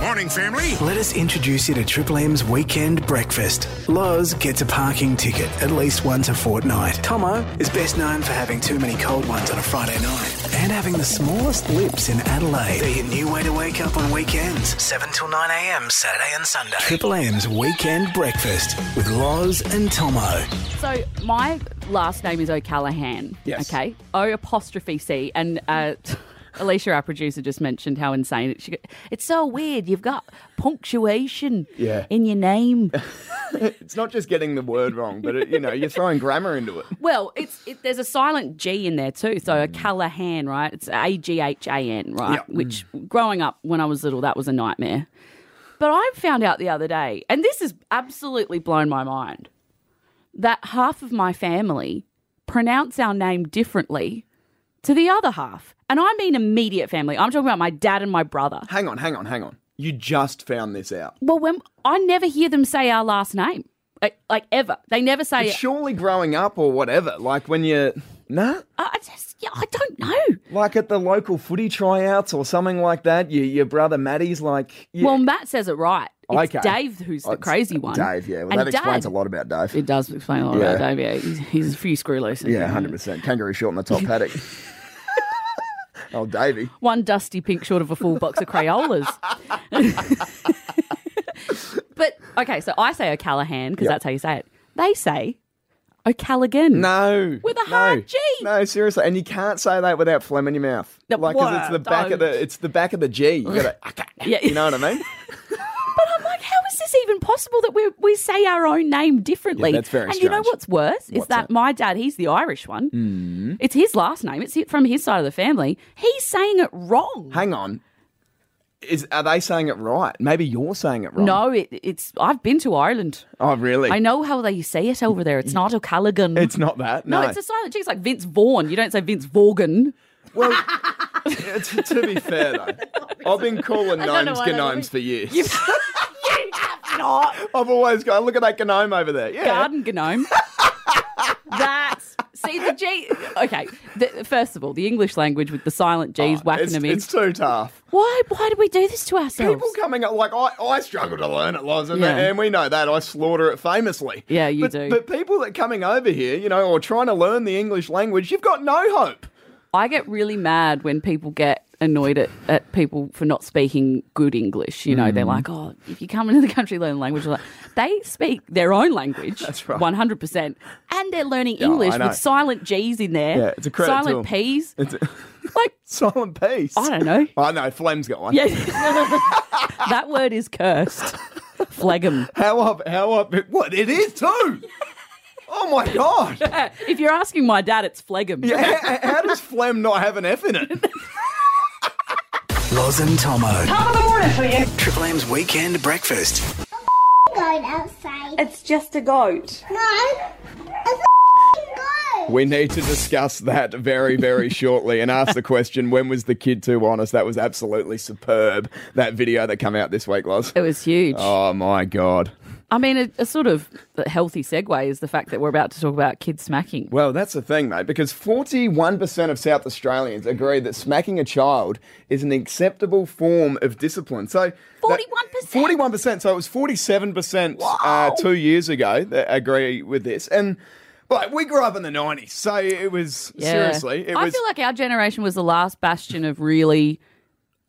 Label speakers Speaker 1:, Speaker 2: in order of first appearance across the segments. Speaker 1: morning, family.
Speaker 2: Let us introduce you to Triple M's weekend breakfast. Loz gets a parking ticket at least once a fortnight. Tomo is best known for having too many cold ones on a Friday night and having the smallest lips in Adelaide. They're your new way to wake up on weekends, 7 till 9 a.m. Saturday and Sunday. Triple M's weekend breakfast with Loz and Tomo.
Speaker 3: So my last name is O'Callahan.
Speaker 4: Yes.
Speaker 3: Okay. O apostrophe C. And uh, Alicia, our producer, just mentioned how insane it. She, go- it's so weird. You've got punctuation
Speaker 4: Yeah.
Speaker 3: in your name.
Speaker 4: It's not just getting the word wrong, but it, you know, you're throwing grammar into it.
Speaker 3: well, it's it, there's a silent G in there too. So O'Callahan, right? It's A G H A N, right?
Speaker 4: Mm. Yeah. Mm.
Speaker 3: Which growing up when I was little, that was a nightmare. But I found out the other day, and this has absolutely blown my mind, that half of my family pronounce our name differently to the other half. And I mean immediate family. I'm talking about my dad and my brother.
Speaker 4: Hang on, hang on, hang on. You just found this out.
Speaker 3: Well, when I never hear them say our last name, like, like ever. They never say it.
Speaker 4: Surely growing up or whatever, like when you nah,
Speaker 3: I I just, yeah, I don't know.
Speaker 4: like at the local footy tryouts or something like that, you, your brother Matty's like, yeah,
Speaker 3: Well, Matt says it right. It's
Speaker 4: Okay.
Speaker 3: Dave who's the
Speaker 4: It's
Speaker 3: crazy one.
Speaker 4: Dave, yeah, well,
Speaker 3: And
Speaker 4: that explains
Speaker 3: Dad-
Speaker 4: a lot about Dave.
Speaker 3: It does explain a lot
Speaker 4: Yeah.
Speaker 3: about Dave. Yeah, he's, he's a few screw loose.
Speaker 4: yeah, hundred percent. Kangaroo short in the top paddock. oh, Davey.
Speaker 3: one dusty pink short of a full box of Crayolas. but okay, so I say O'Callahan because
Speaker 4: Yep.
Speaker 3: that's how you say it. They say O'Callaghan.
Speaker 4: No.
Speaker 3: With a
Speaker 4: no,
Speaker 3: hard G.
Speaker 4: No, seriously. And you can't say that without phlegm in your mouth.
Speaker 3: No,
Speaker 4: like, 'cause it's
Speaker 3: what?
Speaker 4: the back of
Speaker 3: Don't.
Speaker 4: the it's the back of the G. You gotta
Speaker 3: Yeah.
Speaker 4: You know what I mean?
Speaker 3: But I'm like, how is this even possible that we we say our own name differently?
Speaker 4: Yeah, that's very
Speaker 3: And you know
Speaker 4: strange.
Speaker 3: what's worse is
Speaker 4: What's
Speaker 3: that
Speaker 4: that? Mm.
Speaker 3: my dad, he's the Irish one. It's his last name. It's from his side of the family. He's saying it wrong.
Speaker 4: Hang on. Is are they saying it right? Maybe you're saying it wrong.
Speaker 3: No, it, it's. I've been to Ireland.
Speaker 4: Oh, really?
Speaker 3: I know how they say it over there. It's not O'Callaghan.
Speaker 4: It's not that.
Speaker 3: no,
Speaker 4: No,
Speaker 3: it's a silent G. It's like Vince Vaughn. You don't say Vince Vaughan.
Speaker 4: well. to, to be fair though, I've been calling
Speaker 3: don't know
Speaker 4: gnomes
Speaker 3: why that
Speaker 4: gnomes
Speaker 3: would
Speaker 4: for years.
Speaker 3: you have not.
Speaker 4: I've always gone. Look at that gnome over there. Yeah.
Speaker 3: Garden gnome. That's see the G. Okay, the, first of all, the English language with the silent G's whacking
Speaker 4: Oh, it's,
Speaker 3: them in.
Speaker 4: it's too tough.
Speaker 3: Why? Why do we do this to ourselves?
Speaker 4: People coming up like I, I struggle to learn it, Loz, and,
Speaker 3: Yeah.
Speaker 4: and we know that I slaughter it famously.
Speaker 3: Yeah, you
Speaker 4: but,
Speaker 3: do.
Speaker 4: But people that coming over here, you know, or trying to learn the English language, you've got no hope.
Speaker 3: I get really mad when people get annoyed at, at people for not speaking good English. You know,
Speaker 4: Mm.
Speaker 3: they're like, oh, if you come into the country, learn the language. Like, they speak their own language,
Speaker 4: That's right.
Speaker 3: 100%. And they're learning
Speaker 4: I
Speaker 3: English
Speaker 4: know.
Speaker 3: with silent G's in there,
Speaker 4: Yeah, it's a credit
Speaker 3: silent
Speaker 4: to 'em.
Speaker 3: P's.
Speaker 4: It's a
Speaker 3: Like,
Speaker 4: silent piece.
Speaker 3: I don't know.
Speaker 4: I know. Flem's got one.
Speaker 3: Yeah. that word is cursed. Phlegm.
Speaker 4: How up? How up? What? It is too. oh my god.
Speaker 3: If you're asking my dad, it's phlegm.
Speaker 4: Yeah, h- h- how, does phlegm not have an F in it?
Speaker 2: Loz and Tomo.
Speaker 5: Top of the morning for you.
Speaker 2: Triple M's weekend breakfast.
Speaker 6: goat outside.
Speaker 5: It's just a goat.
Speaker 6: No, it's a goat.
Speaker 4: We need to discuss that very, very shortly and ask the question when was the kid too honest? That was absolutely superb. That video that came out this week, Loz.
Speaker 3: It was huge.
Speaker 4: Oh my god.
Speaker 3: I mean, a, a sort of healthy segue is the fact that we're about to talk about kids smacking.
Speaker 4: Well, that's the thing, mate, because 41% of South Australians agree that smacking a child is an acceptable form of discipline. So, that-
Speaker 3: 41%?
Speaker 4: 41%. So it was 47% uh, two years ago that agree with this. And, like, we grew up in the 90s, so it was, seriously, it
Speaker 3: I
Speaker 4: was.
Speaker 3: feel like our generation was the last bastion of really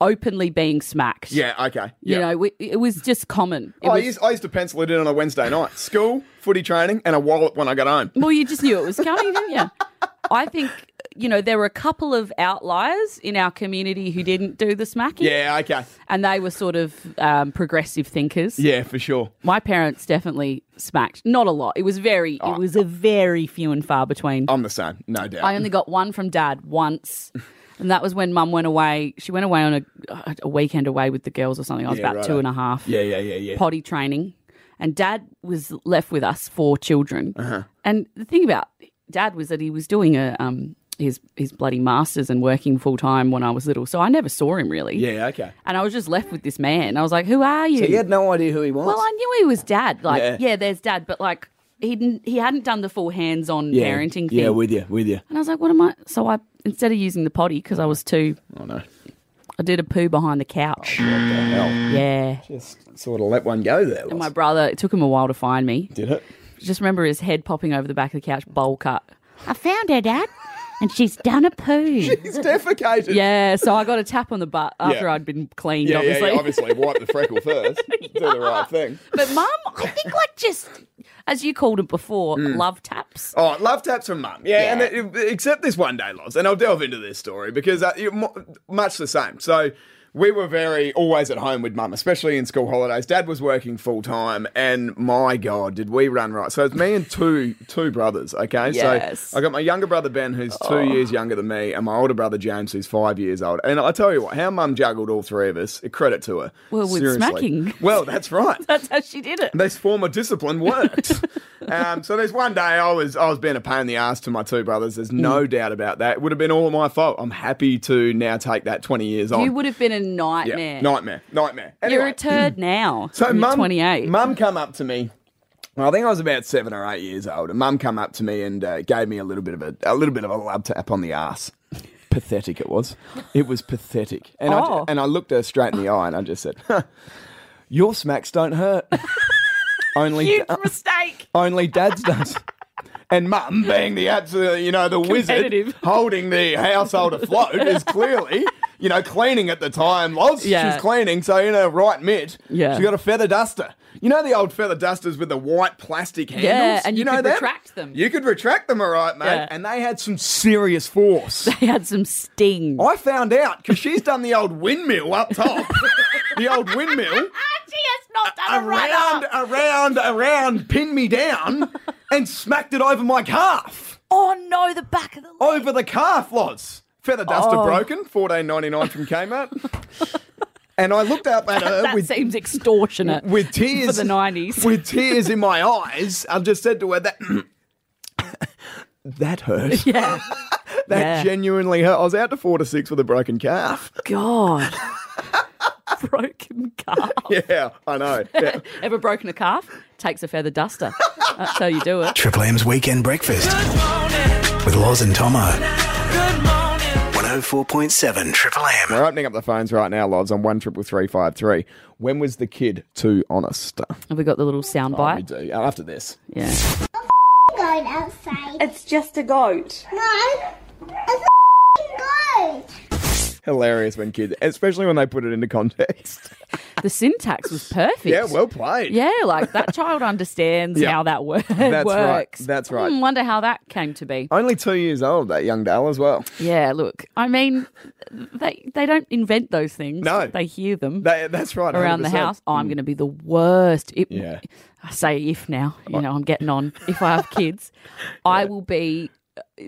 Speaker 3: openly being smacked.
Speaker 4: yeah, okay.
Speaker 3: You
Speaker 4: Yeah.
Speaker 3: know, we, it was just common. It
Speaker 4: Oh, I,
Speaker 3: was-
Speaker 4: used, I used to pencil it in on a Wednesday night. School, footy training, and a wallet when I got home.
Speaker 3: well, you just knew it was coming, didn't you? I think, you know, there were a couple of outliers in our community who didn't do the smacking.
Speaker 4: Yeah, okay.
Speaker 3: And they were sort of um, progressive thinkers.
Speaker 4: Yeah, for sure.
Speaker 3: My parents definitely smacked. Not a lot. It was very, it was a very few and far between.
Speaker 4: Oh. I'm the same, no doubt.
Speaker 3: I only got one from dad once. And that was when mum went away. She went away on a, a weekend away with the girls or something. I was
Speaker 4: Yeah,
Speaker 3: about
Speaker 4: righto.
Speaker 3: two and a half.
Speaker 4: yeah, yeah, yeah, yeah.
Speaker 3: Potty training. And dad was left with us four children.
Speaker 4: Uh-huh.
Speaker 3: And the thing about dad was that he was doing a, um, his, his bloody masters and working full time when I was little. So I never saw him really.
Speaker 4: Yeah, okay.
Speaker 3: And I was just left with this man. I was like, who are you?
Speaker 4: He had no idea who he was.
Speaker 3: Well, I knew he was dad. Like, yeah,
Speaker 4: Yeah.
Speaker 3: there's dad, but like he didn't, he hadn't done the full hands-on parenting thing.
Speaker 4: Yeah, with you, with you.
Speaker 3: and I was like, what am I? So I instead of using the potty because I was too
Speaker 4: Oh no. Oh,
Speaker 3: I did a poo behind the couch.
Speaker 4: What the hell?
Speaker 3: Yeah.
Speaker 4: Just sort of let one go there.
Speaker 3: And my
Speaker 4: was-
Speaker 3: brother, it took him a while to find me.
Speaker 4: Did it?
Speaker 3: Just remember his head popping over the back of the couch, bowl cut. I found her, Dad, and she's done a poo.
Speaker 4: He's defecated.
Speaker 3: yeah, so I got a tap on the butt after
Speaker 4: Yeah.
Speaker 3: I'd been cleaned,
Speaker 4: Yeah,
Speaker 3: obviously.
Speaker 4: yeah, yeah, obviously. Wipe the freckle first. Do the right thing.
Speaker 3: But mum, I think like just as you called it before, love taps.
Speaker 4: Mm. Oh, love taps from mum. Yeah,
Speaker 3: Yeah.
Speaker 4: and it, except this one day, Loz, and I'll delve into this story because uh, you- mo- much the same. So we were very always at home with mum, especially in school holidays. Dad was working full time, and my god, did we run right? So it's me and two two brothers. Okay,
Speaker 3: Yes. Oh.
Speaker 4: so I got my younger brother Ben, who's two years younger than me, and my older brother James, who's five years old. And I tell you what, how mum juggled all three of us, credit to her.
Speaker 3: Well, with
Speaker 4: Seriously.
Speaker 3: smacking.
Speaker 4: Well, that's right
Speaker 3: That's how she did it.
Speaker 4: this form of discipline worked. um, so there's one day I was I was being a pain in the ass to my two brothers. There's no
Speaker 3: Mm.
Speaker 4: doubt about that. It would have been all my fault. I'm happy to now take that 20 years on.
Speaker 3: You would have been a
Speaker 4: yeah,
Speaker 3: nightmare.
Speaker 4: nightmare, nightmare.
Speaker 3: You're
Speaker 4: Anyway,
Speaker 3: a turd now.
Speaker 4: Hmm. so
Speaker 3: You're
Speaker 4: mum,
Speaker 3: 28.
Speaker 4: Mum come up to me. Well, I think I was about seven or eight years old, and Mum come up to me and uh, gave me a little bit of a, a little bit of a love tap on the ass. Pathetic it was. It was pathetic. And, I,
Speaker 3: Oh.
Speaker 4: and I looked her straight in the eye and I just said, "Huh, "Your smacks don't hurt. Only
Speaker 3: Huge mistake.
Speaker 4: only dad's does. And mum, being the absolute, you know, the wizard
Speaker 3: Competitive.
Speaker 4: holding the household afloat, is clearly, you know, cleaning at the time. Loz,
Speaker 3: Yeah.
Speaker 4: she's cleaning, so in her right mitt,
Speaker 3: Yeah.
Speaker 4: she's got a feather duster. You know the old feather dusters with the white plastic handles?
Speaker 3: and you
Speaker 4: know
Speaker 3: could
Speaker 4: them?
Speaker 3: retract them.
Speaker 4: You could retract them, all right, mate.
Speaker 3: Yeah.
Speaker 4: And they had some serious force.
Speaker 3: He had some sting.
Speaker 4: I found out because she's done the old windmill up top. the old windmill
Speaker 3: she has not done a
Speaker 4: around,
Speaker 3: runner.
Speaker 4: around, around, pinned me down and smacked it over my calf.
Speaker 3: Oh no, the back of the leg.
Speaker 4: Over the calf, Loz. Feather duster
Speaker 3: Oh.
Speaker 4: broken, fourteen ninety nine from Kmart. and I looked up at her
Speaker 3: that
Speaker 4: with
Speaker 3: seems extortionate.
Speaker 4: with tears
Speaker 3: for the 90s.
Speaker 4: With tears in my eyes, I just said to her that that hurt.
Speaker 3: yeah.
Speaker 4: That
Speaker 3: Yeah.
Speaker 4: genuinely hurt. I was out to four to six with a broken calf.
Speaker 3: God. Broken calf.
Speaker 4: Yeah, I know. Yeah.
Speaker 3: Ever broken a calf? Takes a feather duster. That's how you do it.
Speaker 2: Triple M's Weekend Breakfast with Loz and Tomo. 104.7 Triple M.
Speaker 4: We're opening up the phones right now, Loz, on one triple three five three. When was the kid too honest?
Speaker 3: Have we got the little sound
Speaker 4: Oh, We
Speaker 3: bite?
Speaker 4: do after this.
Speaker 3: Yeah.
Speaker 6: Going outside.
Speaker 5: It's just a goat.
Speaker 6: No. A goat.
Speaker 4: Hilarious when kids, especially when they put it into context.
Speaker 3: The syntax was perfect.
Speaker 4: yeah, well played.
Speaker 3: Yeah, like that child understands
Speaker 4: Yeah.
Speaker 3: how that wor-
Speaker 4: That's right.
Speaker 3: works.
Speaker 4: That's right.
Speaker 3: Hmm, wonder how that came to be.
Speaker 4: Only two years old, that young Dale as well.
Speaker 3: Yeah, look, I mean, they they don't invent those things.
Speaker 4: No.
Speaker 3: they hear them
Speaker 4: That, that's right.
Speaker 3: around the
Speaker 4: 100%.
Speaker 3: house. Oh, I'm going to be the worst. It,
Speaker 4: Yeah.
Speaker 3: I say if now, you know, I'm getting on. If I have kids, I will be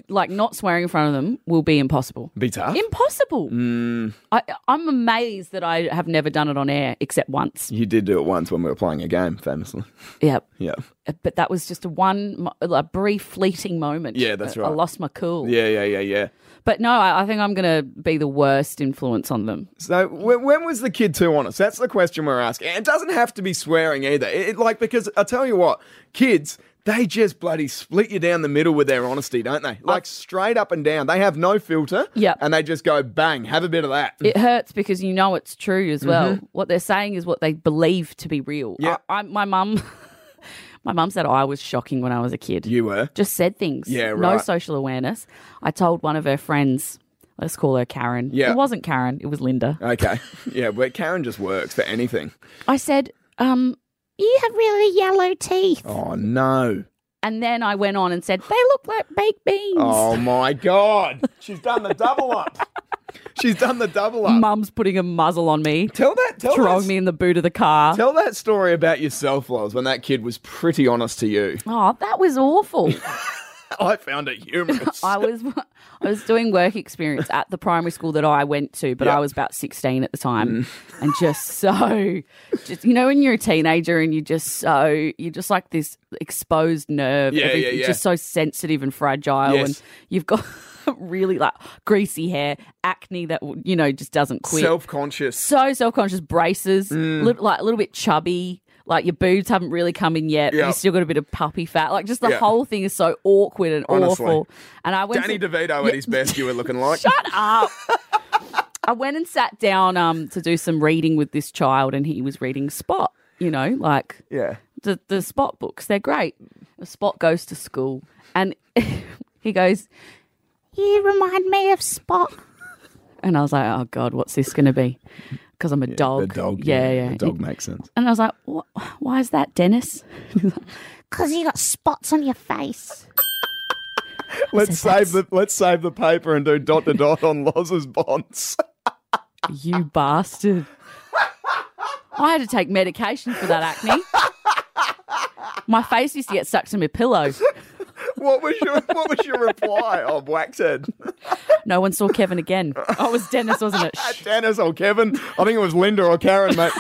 Speaker 3: like not swearing in front of them will be impossible.
Speaker 4: Be tough. Mm.
Speaker 3: Impossible. I, I'm amazed that I have never done it on air except once.
Speaker 4: you did do it once when we were playing a game, famously.
Speaker 3: Yep.
Speaker 4: Yeah.
Speaker 3: but that was just a one mo- a brief fleeting moment
Speaker 4: Yeah, that's
Speaker 3: I- i
Speaker 4: right.
Speaker 3: lost my cool
Speaker 4: Yeah, yeah, yeah, yeah.
Speaker 3: but no I, I think i'm gonna be the worst influence on them
Speaker 4: So when, when was the kid too honest? That's the question we're asking. And It doesn't have to be swearing either. It, it- like because I tell you what, kids. They just bloody split you down the middle with their honesty, don't they? Like straight up and down. They have no filter.
Speaker 3: Oh. Yep.
Speaker 4: And they just go bang, have a bit of that.
Speaker 3: it hurts because you know it's true as well what they're saying is what they believe to be real
Speaker 4: Mm-hmm. Yeah.
Speaker 3: I, I, my mum my mum said i was shocking when i was a kid
Speaker 4: you were.
Speaker 3: just said things
Speaker 4: Yeah,
Speaker 3: no
Speaker 4: right.
Speaker 3: social awareness i told one of her friends let's call her karen
Speaker 4: Yeah.
Speaker 3: it wasn't karen it was linda
Speaker 4: Okay. Yeah, but Karen just works for anything.
Speaker 3: i said um you have really yellow teeth
Speaker 4: Oh no.
Speaker 3: and then i went on and said they look like baked beans
Speaker 4: Oh my god. She's done the double up. She's done the double up.
Speaker 3: mum's putting a muzzle on me,
Speaker 4: tell that tell
Speaker 3: throwing
Speaker 4: that,
Speaker 3: me in the boot of the car.
Speaker 4: tell that story about yourself, Loz, when that kid was pretty honest to you.
Speaker 3: oh, that was awful.
Speaker 4: I found it humorous.
Speaker 3: I was I was doing work experience at the primary school that I went to, but
Speaker 4: Yeah.
Speaker 3: I was about 16 at the time
Speaker 4: Mm.
Speaker 3: and just so just you know when you're a teenager and you're just so you're just like this exposed nerve,
Speaker 4: Yeah, yeah,
Speaker 3: everything-
Speaker 4: yeah.
Speaker 3: just so sensitive and fragile
Speaker 4: Yes.
Speaker 3: and you've got really like greasy hair, acne that you know just doesn't quit.
Speaker 4: Self conscious.
Speaker 3: so self conscious, braces,
Speaker 4: Mm.
Speaker 3: lit- like a little bit chubby. Like your boobs haven't really come in yet, but
Speaker 4: Yeah.
Speaker 3: you still got a bit of puppy fat. Like just the
Speaker 4: Yeah.
Speaker 3: whole thing is so awkward and
Speaker 4: Honestly.
Speaker 3: awful. And I went
Speaker 4: Danny
Speaker 3: to-
Speaker 4: DeVito at his best you were looking like.
Speaker 3: shut up. I went and sat down um, to do some reading with this child, and he was reading Spot. You know, like
Speaker 4: Yeah.
Speaker 3: the the Spot books. They're great. Spot goes to school, and he goes, "You remind me of Spot." And I was like, "Oh God, what's this going to be?" Because I'm a dog.
Speaker 4: The dog.
Speaker 3: Yeah, yeah.
Speaker 4: The dog makes sense.
Speaker 3: And I was like, "Wh- "Why is that, Dennis?"
Speaker 1: Because you got spots on your face.
Speaker 4: Let's save the let's save the paper and do dot to dot on Loz's bonds.
Speaker 3: You bastard. I had to take medication for that acne. My face used to get stuck to my pillow.
Speaker 4: What was your what was your reply? Oh, Waxhead.
Speaker 3: No one saw Kevin again. Oh, it was Dennis, wasn't it? Shh.
Speaker 4: Dennis or Kevin. I think it was Linda or Karen, mate.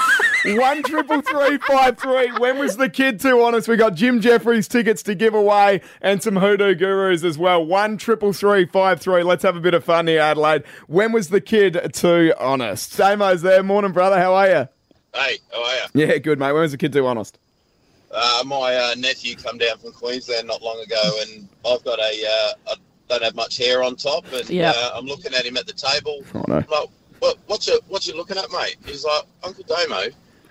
Speaker 4: One triple three five three. When was the kid too honest? We got Jim Jeffries tickets to give away and some hoodoo gurus as well. One triple three five three. Let's have a bit of fun here, Adelaide. When was the kid too honest? Damo's there. Morning, brother. How are you?
Speaker 7: Hey, how are you?
Speaker 4: Yeah, good, mate. When was the kid too honest?
Speaker 7: Uh, my uh, nephew come down from Queensland not long ago, and I've got a uh, I don't have much hair on top, and
Speaker 3: Yeah.
Speaker 7: uh, I'm looking at him at the table.
Speaker 4: Oh, no.
Speaker 7: I'm like, what, what you what you looking at, mate? He's like, Uncle Damo,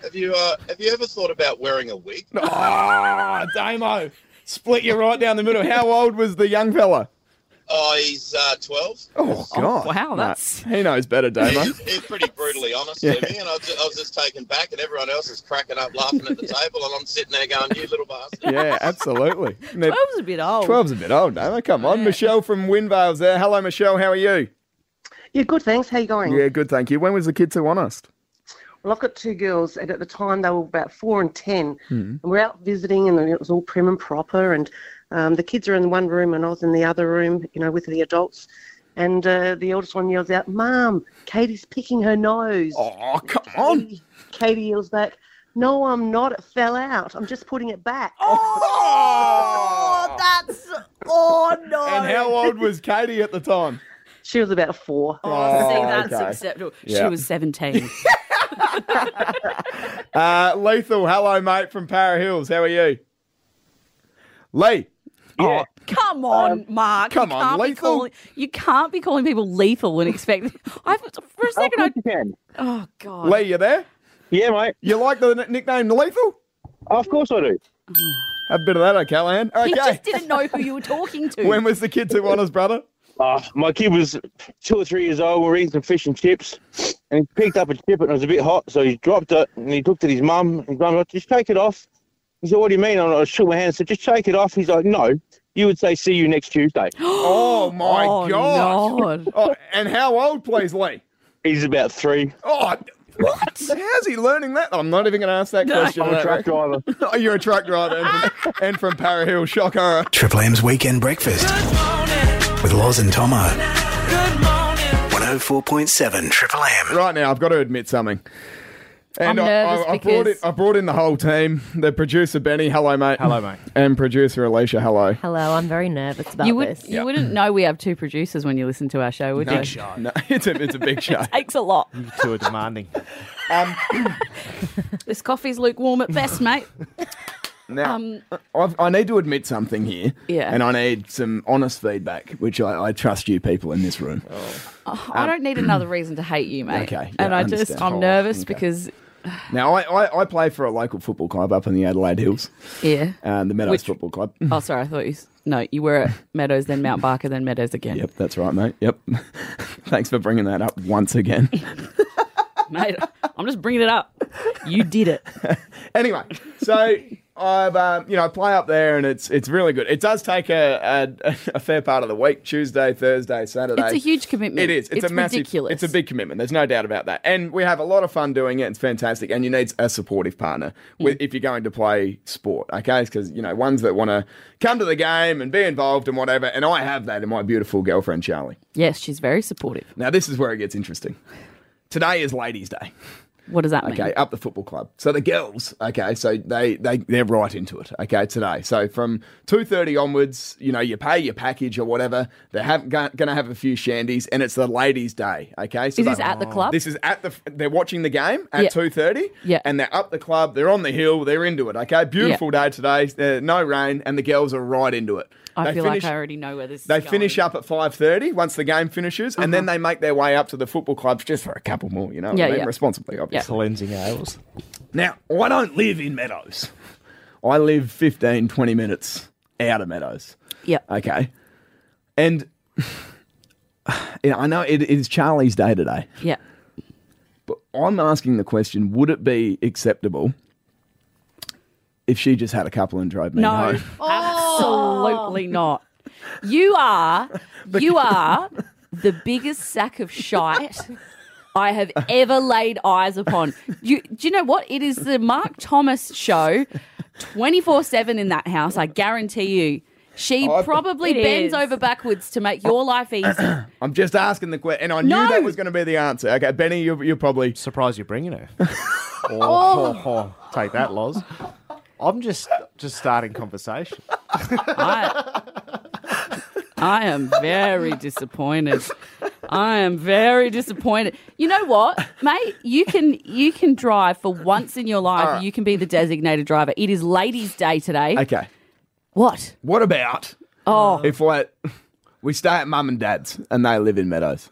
Speaker 7: have you uh, have you ever thought about wearing a wig?
Speaker 4: Ah, Damo. Split you right down the middle. How old was the young fella?
Speaker 7: Oh, he's uh, 12.
Speaker 4: Oh, God.
Speaker 3: wow,
Speaker 4: Mate,
Speaker 3: that's-
Speaker 4: He knows better, Damo.
Speaker 7: He's, he's pretty brutally honest
Speaker 4: Yeah.
Speaker 7: to me, and I was, just, I was just taken back, and everyone else is cracking up, laughing at the table, and I'm sitting there going, "You little bastard."
Speaker 4: yeah, absolutely.
Speaker 3: I was a bit old.
Speaker 4: 12's a bit old, no? Come on. Michelle from Windvale's there. Hello, Michelle. How are you?
Speaker 8: Yeah, good, thanks. How you going?
Speaker 4: Yeah, good, thank you. When was the kid too honest?
Speaker 8: Well, I've got two girls, and at the time they were about four and 10
Speaker 4: Hmm.
Speaker 8: And we're out visiting, and it was all prim and proper. And um, the kids are in one room, and I was in the other room, you know, with the adults. And uh, the eldest one yells out, Mom, Katie's picking her nose.
Speaker 4: Oh, come on.
Speaker 8: Katie, Katie yells back, No, I'm not. It fell out. I'm just putting it back.
Speaker 4: Oh!
Speaker 1: That's. Oh, no.
Speaker 4: And how old was Katie at the time?
Speaker 8: She was about four.
Speaker 3: Oh, see,
Speaker 4: Oh,
Speaker 3: that's
Speaker 4: okay.
Speaker 3: acceptable.
Speaker 4: Yeah.
Speaker 3: She was 17.
Speaker 4: Uh, Lethal, hello, mate, from Para Hills. How are you? Lee.
Speaker 3: Oh, come on, Mark.
Speaker 4: come
Speaker 3: you
Speaker 4: on,
Speaker 3: can't be
Speaker 4: lethal.
Speaker 3: calling- you can't be calling people lethal and expect. I, for a second, I. Oh, God.
Speaker 4: Lee, you there?
Speaker 9: Yeah, mate.
Speaker 4: You like the n- nickname Lethal?
Speaker 9: Of course I do.
Speaker 4: Have a bit of that, O'Callahan.
Speaker 3: He
Speaker 4: Okay.
Speaker 3: just didn't know who you were talking to.
Speaker 4: When was the kid too honest, brother?
Speaker 9: Uh, my kid was two or three years old. We were eating some fish and chips, and he picked up a chip and it was a bit hot, so he dropped it and he looked at his mum. His mum like, "Just take it off." He said, "What do you mean?" And I shook my hand. and said, "Just take it off." He's like, "No." You would say, "See you next Tuesday."
Speaker 4: Oh, my
Speaker 3: oh,
Speaker 4: God.
Speaker 3: God.
Speaker 4: Oh, and how old, please, Lee?
Speaker 9: He's about three.
Speaker 4: Oh, what? How's he learning that? I'm not even going to ask that question.
Speaker 9: I'm a
Speaker 4: I
Speaker 9: truck
Speaker 4: reckon.
Speaker 9: driver.
Speaker 4: Oh, you're a truck driver and from, and from Parra Hill. Shock horror.
Speaker 2: Triple M's Weekend Breakfast with Loz and Tomo. 104.7 Triple M.
Speaker 4: Right now, I've got to admit something. And
Speaker 3: I'm
Speaker 4: I- I,
Speaker 3: nervous
Speaker 4: I brought it.
Speaker 3: because-
Speaker 4: I brought in the whole team. The producer Benny, hello mate. Hello mate. And producer Alicia, hello.
Speaker 1: Hello, I'm very nervous about
Speaker 3: You, would,
Speaker 1: this.
Speaker 3: you wouldn't know we have two producers when you listen to our show, would you?
Speaker 4: No, it's a it's a big show. Um,
Speaker 3: Takes a lot.
Speaker 10: Two are demanding.
Speaker 3: This coffee's lukewarm at best, mate.
Speaker 4: Now, I've, I need to admit something here.
Speaker 3: Um, Yeah.
Speaker 4: And I need some honest feedback, which I, I trust you people in this room.
Speaker 3: Oh, I don't need another reason to hate you, mate.
Speaker 4: Um, Okay, yeah,
Speaker 3: and I
Speaker 4: understand.
Speaker 3: just, I'm
Speaker 4: Oh,
Speaker 3: nervous
Speaker 4: okay.
Speaker 3: because,
Speaker 4: Now, I, I, I play for a local football club up in the Adelaide Hills,
Speaker 3: yeah.
Speaker 4: um, the Meadows
Speaker 3: Which-
Speaker 4: Football Club.
Speaker 3: oh, sorry, I thought you. s- No, you were at Meadows, then Mount Barker, then Meadows again.
Speaker 4: Yep, that's right, mate. Yep. Thanks for bringing that up once again.
Speaker 3: Mate, I'm just bringing it up. You did it.
Speaker 4: anyway, so I've um, you know I play up there and it's it's really good. It does take a, a a fair part of the week: Tuesday, Thursday, Saturday.
Speaker 3: It's a huge commitment.
Speaker 4: It is. It's,
Speaker 3: It's
Speaker 4: a massive.
Speaker 3: ridiculous.
Speaker 4: It's a big commitment. There's no doubt about that. And we have a lot of fun doing it. It's fantastic. And you need a supportive partner
Speaker 3: Mm.
Speaker 4: with, if you're going to play sport. Okay, because you know ones that want to come to the game and be involved and whatever. And I have that in my beautiful girlfriend Charlie.
Speaker 3: Yes, she's very supportive.
Speaker 4: Now this is where it gets interesting. Today is Ladies' Day.
Speaker 3: What does that mean?
Speaker 4: Okay, up the football club. So the girls, okay, so they they they're right into it. Okay, today. So from two thirty onwards, you know, you pay your package or whatever. They're have, going to have a few shandies, and it's the ladies' day. Okay, so
Speaker 3: Is this
Speaker 4: they-
Speaker 3: at the club?
Speaker 4: This is at the. They're watching the game at
Speaker 3: Yeah.
Speaker 4: two thirty.
Speaker 3: Yeah.
Speaker 4: and they're up the club. They're on the hill. They're into it. Okay, beautiful day today. Uh, no rain, and the girls are right into it.
Speaker 3: I
Speaker 4: They
Speaker 3: feel
Speaker 4: finish-
Speaker 3: like I already know where this is
Speaker 4: they
Speaker 3: going.
Speaker 4: finish up at five thirty once the game finishes, and then they make their way up to the football clubs just for a couple more. You know, what I
Speaker 3: Uh-huh. Yeah,
Speaker 4: mean?
Speaker 3: yeah.
Speaker 4: responsibly, obviously.
Speaker 10: Cleansing ales.
Speaker 4: Now, I don't live in Meadows. I live 15, 20 minutes out of Meadows.
Speaker 3: Yep.
Speaker 4: Okay. And you know, I know it is Charlie's day today,
Speaker 3: Yeah.
Speaker 4: but I'm asking the question would it be acceptable if she just had a couple and drove me
Speaker 3: No,
Speaker 4: home?
Speaker 11: Oh.
Speaker 3: absolutely not. You are, you are the biggest sack of shite I have ever laid eyes upon. You, do you know what? It is the Mark Thomas show, twenty four seven in that house. I guarantee you. She
Speaker 4: I've-
Speaker 3: probably
Speaker 11: It
Speaker 3: bends
Speaker 11: is.
Speaker 3: over backwards to make your life easy.
Speaker 4: I'm just asking the question, and I
Speaker 3: No.
Speaker 4: knew that was going to be the answer. Okay, Benny, you're, you're probably.
Speaker 10: Surprised you're bringing her. oh, ho, ho. take that, Loz. I'm just just starting conversation.
Speaker 3: I, I am very disappointed. I am very disappointed. You know what, mate? You can you can drive for once in your life. You can be the designated driver. It is Ladies' Day today.
Speaker 4: Okay.
Speaker 3: What?
Speaker 4: What about
Speaker 3: Oh,
Speaker 4: if I we stay at mum and dad's and they live in Meadows?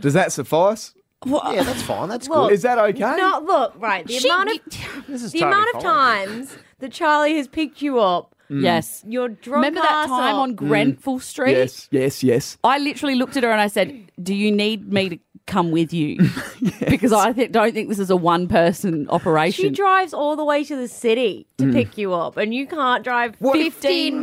Speaker 4: Does that suffice?
Speaker 3: what?
Speaker 10: Yeah, that's fine. Oh, That's
Speaker 11: Look,
Speaker 10: good.
Speaker 4: Is that okay?
Speaker 11: No, look, right. The
Speaker 3: She-
Speaker 11: amount of
Speaker 10: This is
Speaker 11: the
Speaker 10: totally
Speaker 11: amount of
Speaker 10: fine.
Speaker 11: times that Charlie has picked you up.
Speaker 10: Mm.
Speaker 3: yes.
Speaker 11: You're drunk.
Speaker 3: Remember that
Speaker 11: ass
Speaker 3: time
Speaker 11: off.
Speaker 3: on
Speaker 4: Mm.
Speaker 3: Grenfell Street?
Speaker 4: Yes, yes, yes.
Speaker 3: I literally looked at her and I said, "Do you need me to come with you?" Because I th- don't think this is a one-person operation.
Speaker 11: She drives all the way to the city to
Speaker 10: Mm.
Speaker 11: pick you up, and you can't drive 15,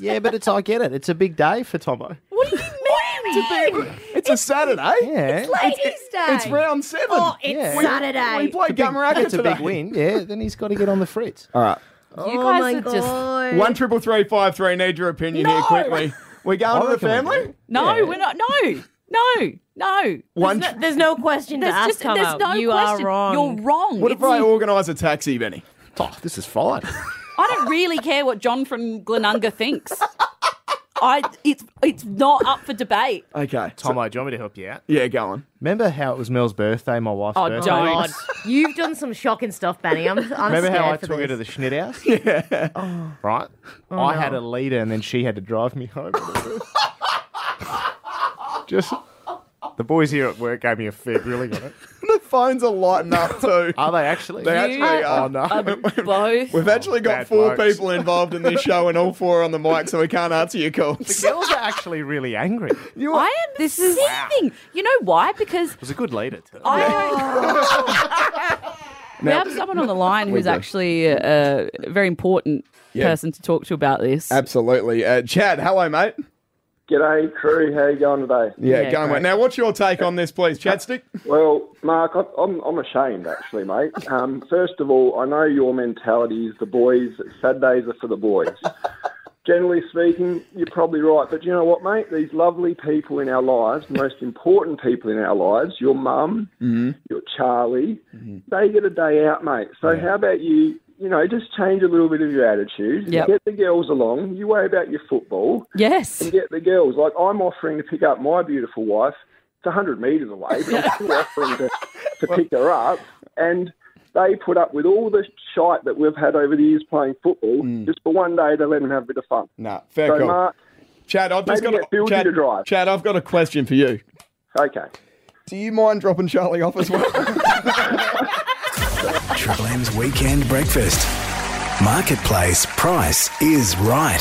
Speaker 10: Yeah, but it's I get it. It's a big day for Tomo.
Speaker 11: what do you mean?
Speaker 4: It's a Saturday.
Speaker 10: Yeah.
Speaker 11: Ladies' Day.
Speaker 4: It's round seven.
Speaker 11: Oh, it's
Speaker 10: Yeah.
Speaker 4: we
Speaker 11: Saturday.
Speaker 4: play Gamaraka
Speaker 10: It's a
Speaker 4: today.
Speaker 10: big win. Yeah, then he's got to get on the fritz.
Speaker 4: All right.
Speaker 3: you
Speaker 11: Oh
Speaker 3: guys
Speaker 11: my
Speaker 3: are just
Speaker 11: god.
Speaker 4: One triple three five three. Need your opinion here quickly. We're
Speaker 10: I
Speaker 4: going to the
Speaker 10: reckon we
Speaker 4: family.
Speaker 10: do.
Speaker 3: no,
Speaker 10: Yeah.
Speaker 3: we're not. No, no, no.
Speaker 4: One.
Speaker 11: Th- There's no question to
Speaker 3: There's
Speaker 11: ask.
Speaker 3: just
Speaker 11: Tomo.
Speaker 3: there's no
Speaker 11: you
Speaker 3: question.
Speaker 11: are wrong.
Speaker 3: You're wrong.
Speaker 4: what if
Speaker 3: It's-
Speaker 4: I organise a taxi, Benny?
Speaker 10: Oh, this is fine.
Speaker 3: I don't really care what John from Glenunga thinks. I it's it's not up for debate.
Speaker 4: Okay. so-
Speaker 10: Tomo, do you want me to help you out?
Speaker 4: yeah, go on.
Speaker 10: Remember how it was Mel's birthday, my wife's
Speaker 3: Oh,
Speaker 10: birthday?
Speaker 3: don't.
Speaker 11: God, you've done some shocking stuff, Benny. I'm, I'm
Speaker 10: Remember
Speaker 11: scared
Speaker 10: how I
Speaker 11: for
Speaker 10: took her
Speaker 11: this. Oh,
Speaker 10: to the Schnitt house? Yeah. Right? I had a leader and then she had to drive me home. Just the boys here at work gave me a fair grilling on it.
Speaker 4: The phones are lighting up too.
Speaker 10: Are they actually?
Speaker 4: They actually are.
Speaker 10: Oh no.
Speaker 3: Both.
Speaker 4: We've actually got
Speaker 10: bad
Speaker 4: four
Speaker 10: blokes.
Speaker 4: people involved in this show, and all four are on the mic, so we can't answer your
Speaker 10: the
Speaker 4: calls.
Speaker 10: girls are actually really angry. It
Speaker 3: I am this is seething. You know why? Because
Speaker 10: was a good leader. too.
Speaker 3: I we have someone on the line who's
Speaker 4: do.
Speaker 3: actually a, a very important person to talk to about this.
Speaker 4: Absolutely, uh, Chad. Hello, mate.
Speaker 12: G'day, crew. How you going today?
Speaker 4: Yeah,
Speaker 3: Yeah,
Speaker 4: going well.
Speaker 3: great.
Speaker 4: Now, what's your take on this, please, Chadstick?
Speaker 12: Well, Mark, I- I'm, I'm ashamed actually, mate. Um, first of all, I know your mentality is the boys. Saturdays are for the boys. Generally speaking, you're probably right. But you know what, mate? These lovely people in our lives, the most important people in our lives, your mum, your Charlie,
Speaker 4: Mm-hmm.
Speaker 12: they get a day out, mate. So how about you? You know, just change a little bit of your attitude.
Speaker 3: Yep.
Speaker 12: Get the girls along. You worry about your football.
Speaker 3: Yes.
Speaker 12: get the girls. Like I'm offering to pick up my beautiful wife. It's 100 metres away, but I'm still offering to, to pick her up. And they put up with all the shite that we've had over the years playing football. Just for one day, they let them have a bit of fun.
Speaker 4: Mm. Nah, fair
Speaker 12: So,
Speaker 4: call.
Speaker 12: Mark,
Speaker 4: Chad, I've just
Speaker 12: maybe
Speaker 4: got
Speaker 12: get Bill
Speaker 4: a,
Speaker 12: to
Speaker 4: Chad,
Speaker 12: the drive.
Speaker 4: Chad, I've got a question for you.
Speaker 12: okay.
Speaker 4: Do you mind dropping Charlie off as well?
Speaker 2: Triple M's Weekend Breakfast. Marketplace price is right.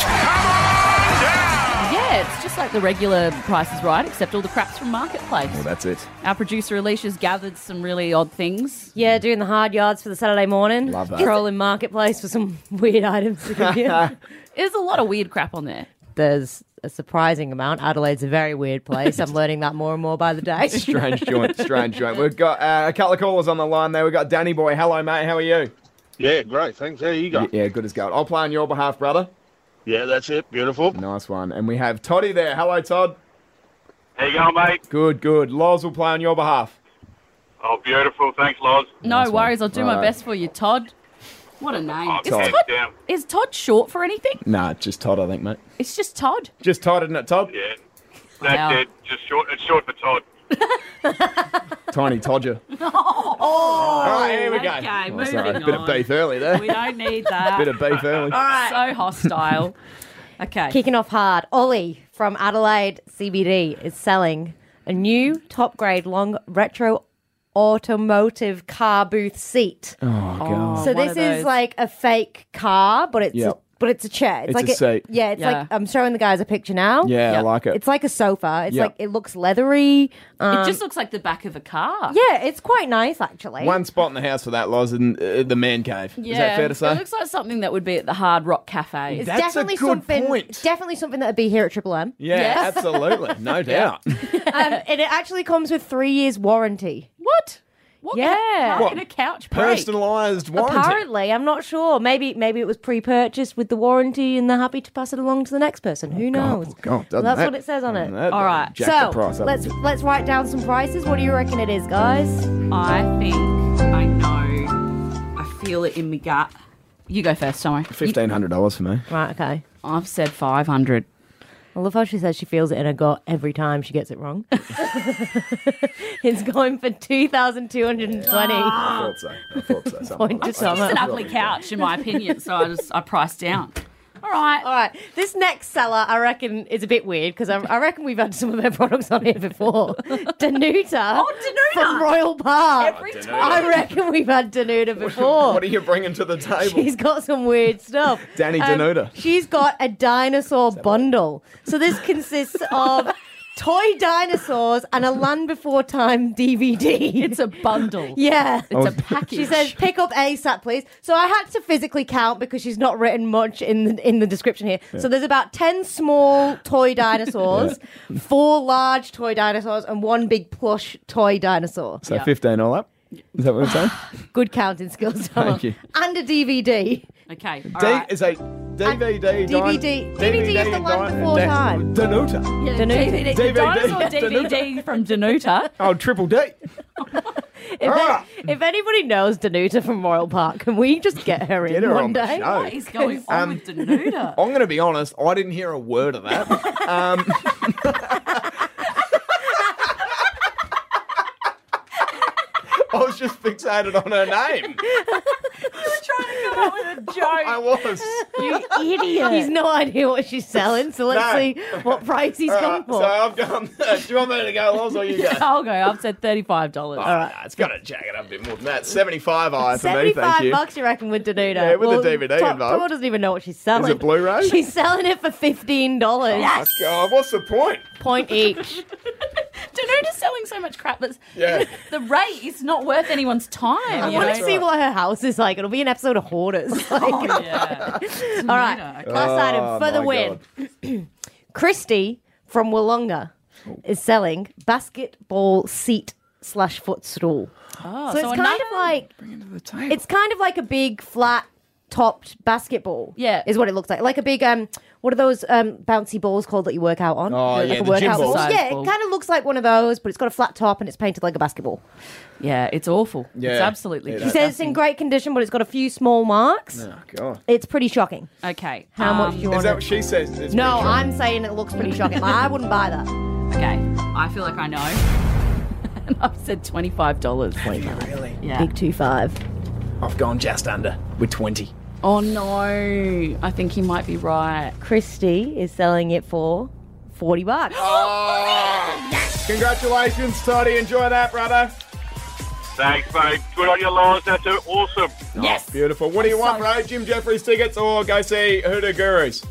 Speaker 3: Yeah, it's just like the regular Price is Right, except all the craps from Marketplace.
Speaker 4: That's it.
Speaker 3: Our producer Alicia's gathered some really odd things.
Speaker 11: Yeah, doing the hard yards for the Saturday morning.
Speaker 4: Love that.
Speaker 11: Trolling marketplace for some weird items. to give you.
Speaker 3: There's a lot of weird crap on there.
Speaker 11: There's a surprising amount. Adelaide's a very weird place. I'm learning that more and more by the day.
Speaker 4: Strange joint. Strange joint. We've got uh, a couple of callers on the line there. We've got Danny Boy. Hello, mate. How are you?
Speaker 9: Yeah, great. Thanks. There you go.
Speaker 4: Yeah, good as gold. I'll play on your behalf, brother.
Speaker 9: Yeah, that's it. Beautiful.
Speaker 4: Nice one. And we have Toddy there. Hello, Todd.
Speaker 9: There you go, mate.
Speaker 4: Good, good. Loz will play on your behalf.
Speaker 13: Oh, beautiful. Thanks, Loz.
Speaker 3: No worries. I'll do my
Speaker 4: Alright.
Speaker 3: best for you, Todd. What a name.
Speaker 4: Oh,
Speaker 3: is,
Speaker 4: Todd.
Speaker 3: Todd, is Todd short for anything?
Speaker 4: Nah, just Todd, I think, mate.
Speaker 3: It's just Todd.
Speaker 4: Just Todd, isn't it, Todd?
Speaker 13: Yeah. That's
Speaker 3: Wow.
Speaker 13: it. Just short. It's short for Todd.
Speaker 4: Tiny Todger.
Speaker 3: oh,
Speaker 4: All right, here we go.
Speaker 3: Okay,
Speaker 4: Oh,
Speaker 3: moving
Speaker 4: sorry,
Speaker 3: on.
Speaker 4: bit of beef early there.
Speaker 3: We don't need that.
Speaker 4: Bit of beef early.
Speaker 11: All right.
Speaker 3: So hostile. Okay.
Speaker 11: Kicking off hard. Ollie from Adelaide CBD is selling a new top grade long retro automotive car booth seat.
Speaker 4: Oh, God.
Speaker 11: so this is like a fake car, but it's
Speaker 4: Yep.
Speaker 11: but it's a chair.
Speaker 4: It's
Speaker 11: like
Speaker 4: a seat.
Speaker 11: Yeah, it's
Speaker 4: Yeah.
Speaker 11: like I'm showing the guys a picture now.
Speaker 4: Yeah, I Yep. like it.
Speaker 11: It's like a sofa. It's
Speaker 4: Yep.
Speaker 11: like it looks leathery.
Speaker 3: it
Speaker 11: um,
Speaker 3: just looks like the back of a car.
Speaker 11: yeah, it's quite nice actually.
Speaker 4: One spot in the house for that, Loz, in uh, the man cave. Is that fair to say?
Speaker 3: It looks like something that would be at the Hard Rock Cafe.
Speaker 11: It's definitely something. It's definitely something that would be here at Triple M.
Speaker 4: yeah,
Speaker 11: Yes.
Speaker 4: absolutely. No doubt.
Speaker 11: um, and it actually comes with three years warranty.
Speaker 3: What? What
Speaker 11: yeah.
Speaker 3: How
Speaker 4: What?
Speaker 3: can a couch break?
Speaker 4: Personalised warranty.
Speaker 11: Apparently, I'm not sure. Maybe maybe it was pre-purchased with the warranty, and they're happy to pass it along to the next person. Who knows?
Speaker 4: God, doesn't
Speaker 11: that's
Speaker 4: that-
Speaker 11: what it says on it.
Speaker 4: doesn't that
Speaker 11: All right.
Speaker 4: jack the
Speaker 11: So
Speaker 4: price up?
Speaker 11: let's let's write down some prices. What do you reckon it is, guys?
Speaker 3: I think I know. I feel it in my gut. You go first, don't
Speaker 4: Fifteen hundred dollars for me.
Speaker 11: Right. Okay.
Speaker 3: I've said five hundred.
Speaker 11: I love how she says she feels it in her gut every time she gets it wrong. it's going for two thousand two hundred and
Speaker 4: I
Speaker 3: Ah.
Speaker 11: twenty.
Speaker 4: thought so. I thought so. Something
Speaker 11: Point
Speaker 4: like
Speaker 11: to
Speaker 4: that.
Speaker 11: Tom.
Speaker 3: It's an ugly couch, in my opinion. So I just I priced down. All right.
Speaker 11: All right. This next seller, I reckon, is a bit weird because I, I reckon we've had some of her products on here before. Danuta.
Speaker 3: Oh, Danuta.
Speaker 11: From Royal Park.
Speaker 4: Every Danuta. time.
Speaker 11: I reckon we've had Danuta before.
Speaker 4: Oh, What are you bringing to the table?
Speaker 11: She's got some weird stuff. Um,
Speaker 4: Danny Danuta.
Speaker 11: She's got a dinosaur bundle. So this consists of toy dinosaurs and a Land Before Time DVD. It's
Speaker 3: a bundle.
Speaker 11: Yeah.
Speaker 3: It's a
Speaker 4: Oh,
Speaker 11: She
Speaker 3: package.
Speaker 11: says, "Pick up ASAP, please." So I had to physically count because she's not written much in the, in the description here.
Speaker 3: Yeah.
Speaker 11: So there's about ten small toy dinosaurs, four large toy dinosaurs, and one big plush toy dinosaur.
Speaker 4: So fifteen all up. Is that what I'm saying?
Speaker 11: Good counting skills, Tom.
Speaker 4: Thank you.
Speaker 11: And a DVD.
Speaker 3: Okay.
Speaker 4: D is a DVD.
Speaker 11: Uh, DVD. DVD is the one before
Speaker 4: That's
Speaker 11: time.
Speaker 4: Danuta.
Speaker 11: Yeah,
Speaker 3: DVD. The dinosaur
Speaker 4: Danuta.
Speaker 3: DVD from Danuta.
Speaker 4: Oh, triple D.
Speaker 11: If, if anybody knows Danuta from Royal Park, can we just get her in
Speaker 4: Get her
Speaker 11: one
Speaker 4: on the
Speaker 11: day?
Speaker 4: show. What is going on Um, with
Speaker 3: Danuta?
Speaker 4: I'm going to be honest. I didn't hear a word of that. Um, I was just fixated on her
Speaker 3: trying
Speaker 4: name.
Speaker 3: to come up with a joke. I
Speaker 4: was.
Speaker 11: You idiot. He's no idea what she's selling, so let's
Speaker 4: No.
Speaker 11: see what price he's
Speaker 4: All
Speaker 11: gone
Speaker 4: right,
Speaker 11: for.
Speaker 4: So I've gone. Do you want me to go, Loz, or you go?
Speaker 3: I'll go. I've said thirty-five dollars.
Speaker 4: Oh, nah, it's got to jack it up a bit more than that. Seventy-five I for me. Thank
Speaker 11: 75
Speaker 4: you.
Speaker 11: bucks, you reckon, with Danuta?
Speaker 4: Yeah, with the DVD
Speaker 11: Tom,
Speaker 4: involved.
Speaker 11: Tom doesn't even know what she's selling.
Speaker 4: Is it Blu-ray?
Speaker 11: She's selling it for $15.
Speaker 4: Oh, God, what's the point?
Speaker 11: Point each.
Speaker 3: Danuta's selling so much crap that's
Speaker 4: Yeah.
Speaker 3: the rate is not worth anyone's time.
Speaker 11: I want to see what her house is like. It'll be an episode of Hoarders. Like,
Speaker 3: Oh,
Speaker 11: All right, last
Speaker 4: Oh,
Speaker 11: item for the
Speaker 4: my
Speaker 11: win. Christy from Wollonga is selling basketball seat slash footstool.
Speaker 3: Oh,
Speaker 11: Ah, so, it's kind of like it's kind of like a big flat topped basketball. Yeah, is what it looks like. Like a big um, what are those um bouncy balls called that you work out on?
Speaker 3: Oh,
Speaker 11: like
Speaker 3: yeah,
Speaker 11: a
Speaker 3: the gym balls.
Speaker 11: ball. Yeah,
Speaker 3: Ball.
Speaker 11: it kind of looks like one of those, but it's got a flat top and it's painted like a basketball.
Speaker 3: yeah, it's awful.
Speaker 11: Yeah.
Speaker 3: It's absolutely.
Speaker 11: She says it's in great condition, but it's got a few small marks.
Speaker 4: Oh, God.
Speaker 11: It's pretty shocking.
Speaker 3: Okay,
Speaker 11: How much do you
Speaker 4: Is
Speaker 11: want
Speaker 4: that
Speaker 11: it?
Speaker 4: what she says? It's
Speaker 11: no,
Speaker 4: pretty short.
Speaker 11: I'm saying it looks pretty shocking. Like, I wouldn't buy that.
Speaker 3: Okay, I feel like I know. and I've said twenty-five dollars.
Speaker 4: really?
Speaker 3: Yeah.
Speaker 11: Big two five.
Speaker 4: I've gone just under with twenty.
Speaker 3: Oh no, I think he might be right.
Speaker 11: Christy is selling it for forty bucks.
Speaker 4: Oh. Congratulations, Toddy. Enjoy that, brother.
Speaker 13: Thanks, mate. Good on you, Loz. That's awesome.
Speaker 4: Yes. Oh, beautiful. What do you want, bro? Jim Jeffries tickets or go see Hoodoo Gurus?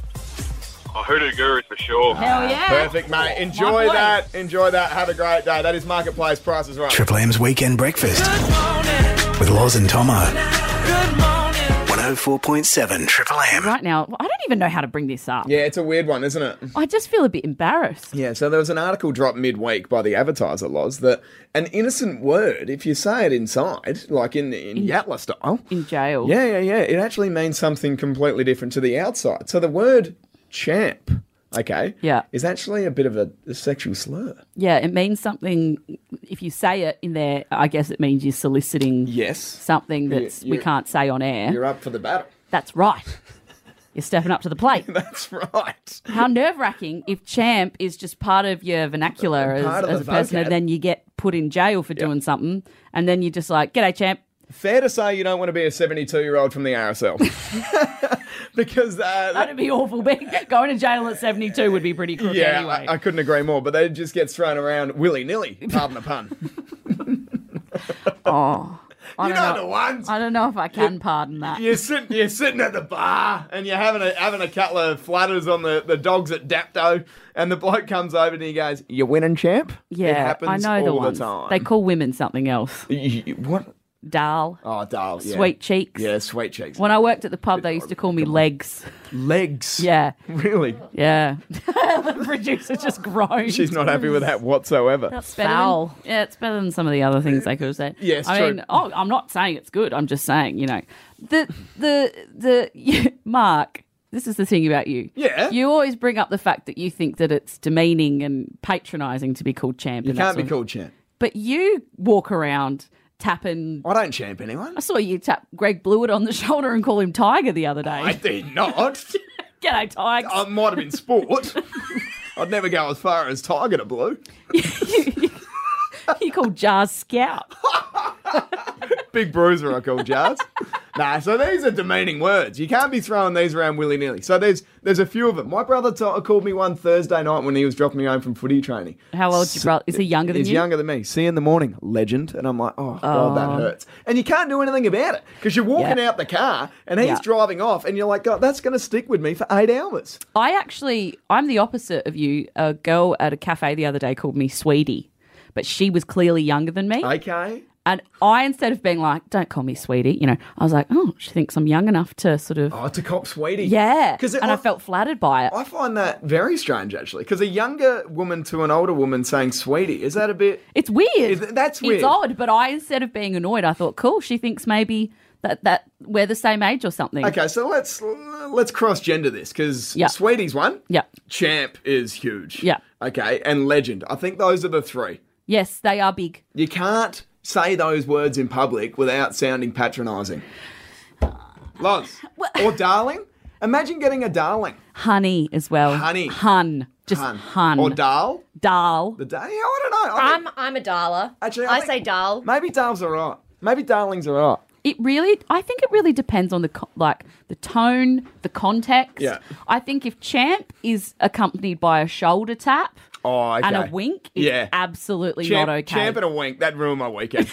Speaker 13: Oh, Hoodoo Guru for sure.
Speaker 4: Perfect, mate. Enjoy that. Enjoy that. Have a great day. That is Marketplace Prices Right.
Speaker 2: Triple M's Weekend Breakfast. With Loz and Tomo. 104.7 Triple M.
Speaker 3: Right now, I don't even know how to bring this up.
Speaker 4: Yeah, it's a weird one, isn't it?
Speaker 3: I just feel a bit embarrassed.
Speaker 4: Yeah, so there was an article dropped midweek by the advertiser, Loz, that an innocent word, if you say it inside, like in, in, Yatla style,
Speaker 3: in jail.
Speaker 4: Yeah, yeah, yeah. It actually means something completely different to the outside. So the word champ okay,
Speaker 3: yeah,
Speaker 4: is actually a bit of a, a sexual slur.
Speaker 3: Yeah, it means something. If you say it in there, I guess it means you're soliciting
Speaker 4: yes
Speaker 3: something that's we
Speaker 4: you-
Speaker 3: can't say on air.
Speaker 4: You're up for the battle.
Speaker 3: That's right. You're stepping up to the plate.
Speaker 4: that's right.
Speaker 3: How nerve wracking if champ is just part of your vernacular as,
Speaker 4: Part of
Speaker 3: as
Speaker 4: the
Speaker 3: a person,
Speaker 4: vocab.
Speaker 3: and then you get put in jail for doing something, and then you're just like, "G'day, champ."
Speaker 4: Fair to say you don't want to be a 72 year old from the RSL. because uh,
Speaker 3: that'd be awful. Being, going to jail at 72 would be pretty crook
Speaker 4: yeah,
Speaker 3: anyway.
Speaker 4: I, I couldn't agree more, but they just get thrown around willy nilly, pardon the pun.
Speaker 3: oh, I
Speaker 4: You
Speaker 3: don't
Speaker 4: know the ones.
Speaker 3: I don't know if I can pardon that.
Speaker 4: You're sitting, you're sitting at the bar and you're having a having a couple of flatters on the, the dogs at Dapto, and the bloke comes over and he goes, "You winning, champ?"
Speaker 3: Yeah,
Speaker 4: it happens
Speaker 3: I know the
Speaker 4: all
Speaker 3: ones.
Speaker 4: the time.
Speaker 3: They call women something else.
Speaker 4: what?
Speaker 3: Dal.
Speaker 4: Oh, Dale. yeah.
Speaker 3: Sweet cheeks.
Speaker 4: Yeah, sweet cheeks.
Speaker 3: When I worked at the pub, they used to call me legs.
Speaker 4: Legs.
Speaker 3: Yeah.
Speaker 4: Really?
Speaker 3: Yeah. the producer just groaned.
Speaker 4: She's not happy with that whatsoever.
Speaker 3: That's better. Foul. yeah, it's better than some of the other things they could have said.
Speaker 4: Yes,
Speaker 3: I
Speaker 4: true.
Speaker 3: mean, oh, I'm not saying it's good. I'm just saying, you know, the the the Mark. This is the thing about you.
Speaker 4: Yeah.
Speaker 3: You always bring up the fact that you think that it's demeaning and patronising to be called champ.
Speaker 4: You
Speaker 3: and that
Speaker 4: can't be
Speaker 3: sort of-
Speaker 4: called champ.
Speaker 3: But you walk around tapping.
Speaker 4: I don't champ anyone.
Speaker 3: I saw you tap Greg Blewett on the shoulder and call him Tiger the other day.
Speaker 4: I did not.
Speaker 3: G'day, Tiger.
Speaker 4: I might have been sport. I'd never go as far as Tiger to Blue.
Speaker 3: you called Jars Scout.
Speaker 4: Big bruiser, I call Jars. nah, so these are demeaning words. You can't be throwing these around willy nilly. So there's there's a few of them. My brother t- called me one Thursday night when he was dropping me home from footy training.
Speaker 3: How old's your brother? Is he younger than
Speaker 4: He's
Speaker 3: you?
Speaker 4: younger than me. See you in the morning, legend. And I'm like, oh, God,
Speaker 3: Oh.
Speaker 4: that hurts. And you can't do anything about it because you're walking
Speaker 3: Yeah.
Speaker 4: out the car and he's
Speaker 3: Yeah.
Speaker 4: driving off and you're like, God, that's going to stick with me for eight hours.
Speaker 3: I actually, I'm the opposite of you. A girl at a cafe the other day called me sweetie, but she was clearly younger than me.
Speaker 4: Okay.
Speaker 3: And I, instead of being like, don't call me sweetie, you know, I was like, oh, she thinks I'm young enough to sort of.
Speaker 4: Oh, to cop sweetie.
Speaker 3: Yeah.
Speaker 4: Because
Speaker 3: and I, felt flattered by it.
Speaker 4: I find that very strange, actually, because a younger woman to an older woman saying "sweetie" is that a bit?
Speaker 3: It's weird.
Speaker 4: that's weird.
Speaker 3: It's odd, but I, instead of being annoyed, I thought, cool, she thinks maybe that, that we're the same age or something.
Speaker 4: Okay, so let's let's cross gender this because
Speaker 3: Yeah.
Speaker 4: "sweetie's" one.
Speaker 3: Yeah.
Speaker 4: Champ is huge.
Speaker 3: Yeah.
Speaker 4: Okay, and legend. I think those are the three.
Speaker 3: Yes, they are big.
Speaker 4: You can't say those words in public without sounding patronising. Loz or darling. Imagine getting a darling.
Speaker 3: Honey as well. Honey. Hun. Just hun.
Speaker 4: Or dal.
Speaker 3: Dal.
Speaker 4: The dal. I don't know. I
Speaker 11: I'm I'm a darler. Actually, I, say dal.
Speaker 4: Maybe dal's all right. Maybe darling's all right.
Speaker 3: It really, I think it really depends on the co- like the tone, the context.
Speaker 4: Yeah.
Speaker 3: I think if champ is accompanied by a shoulder tap
Speaker 4: Oh, okay.
Speaker 3: and a wink, it's
Speaker 4: Yeah.
Speaker 3: absolutely
Speaker 4: Champ-
Speaker 3: not okay.
Speaker 4: Champ and a wink. That ruined my weekend.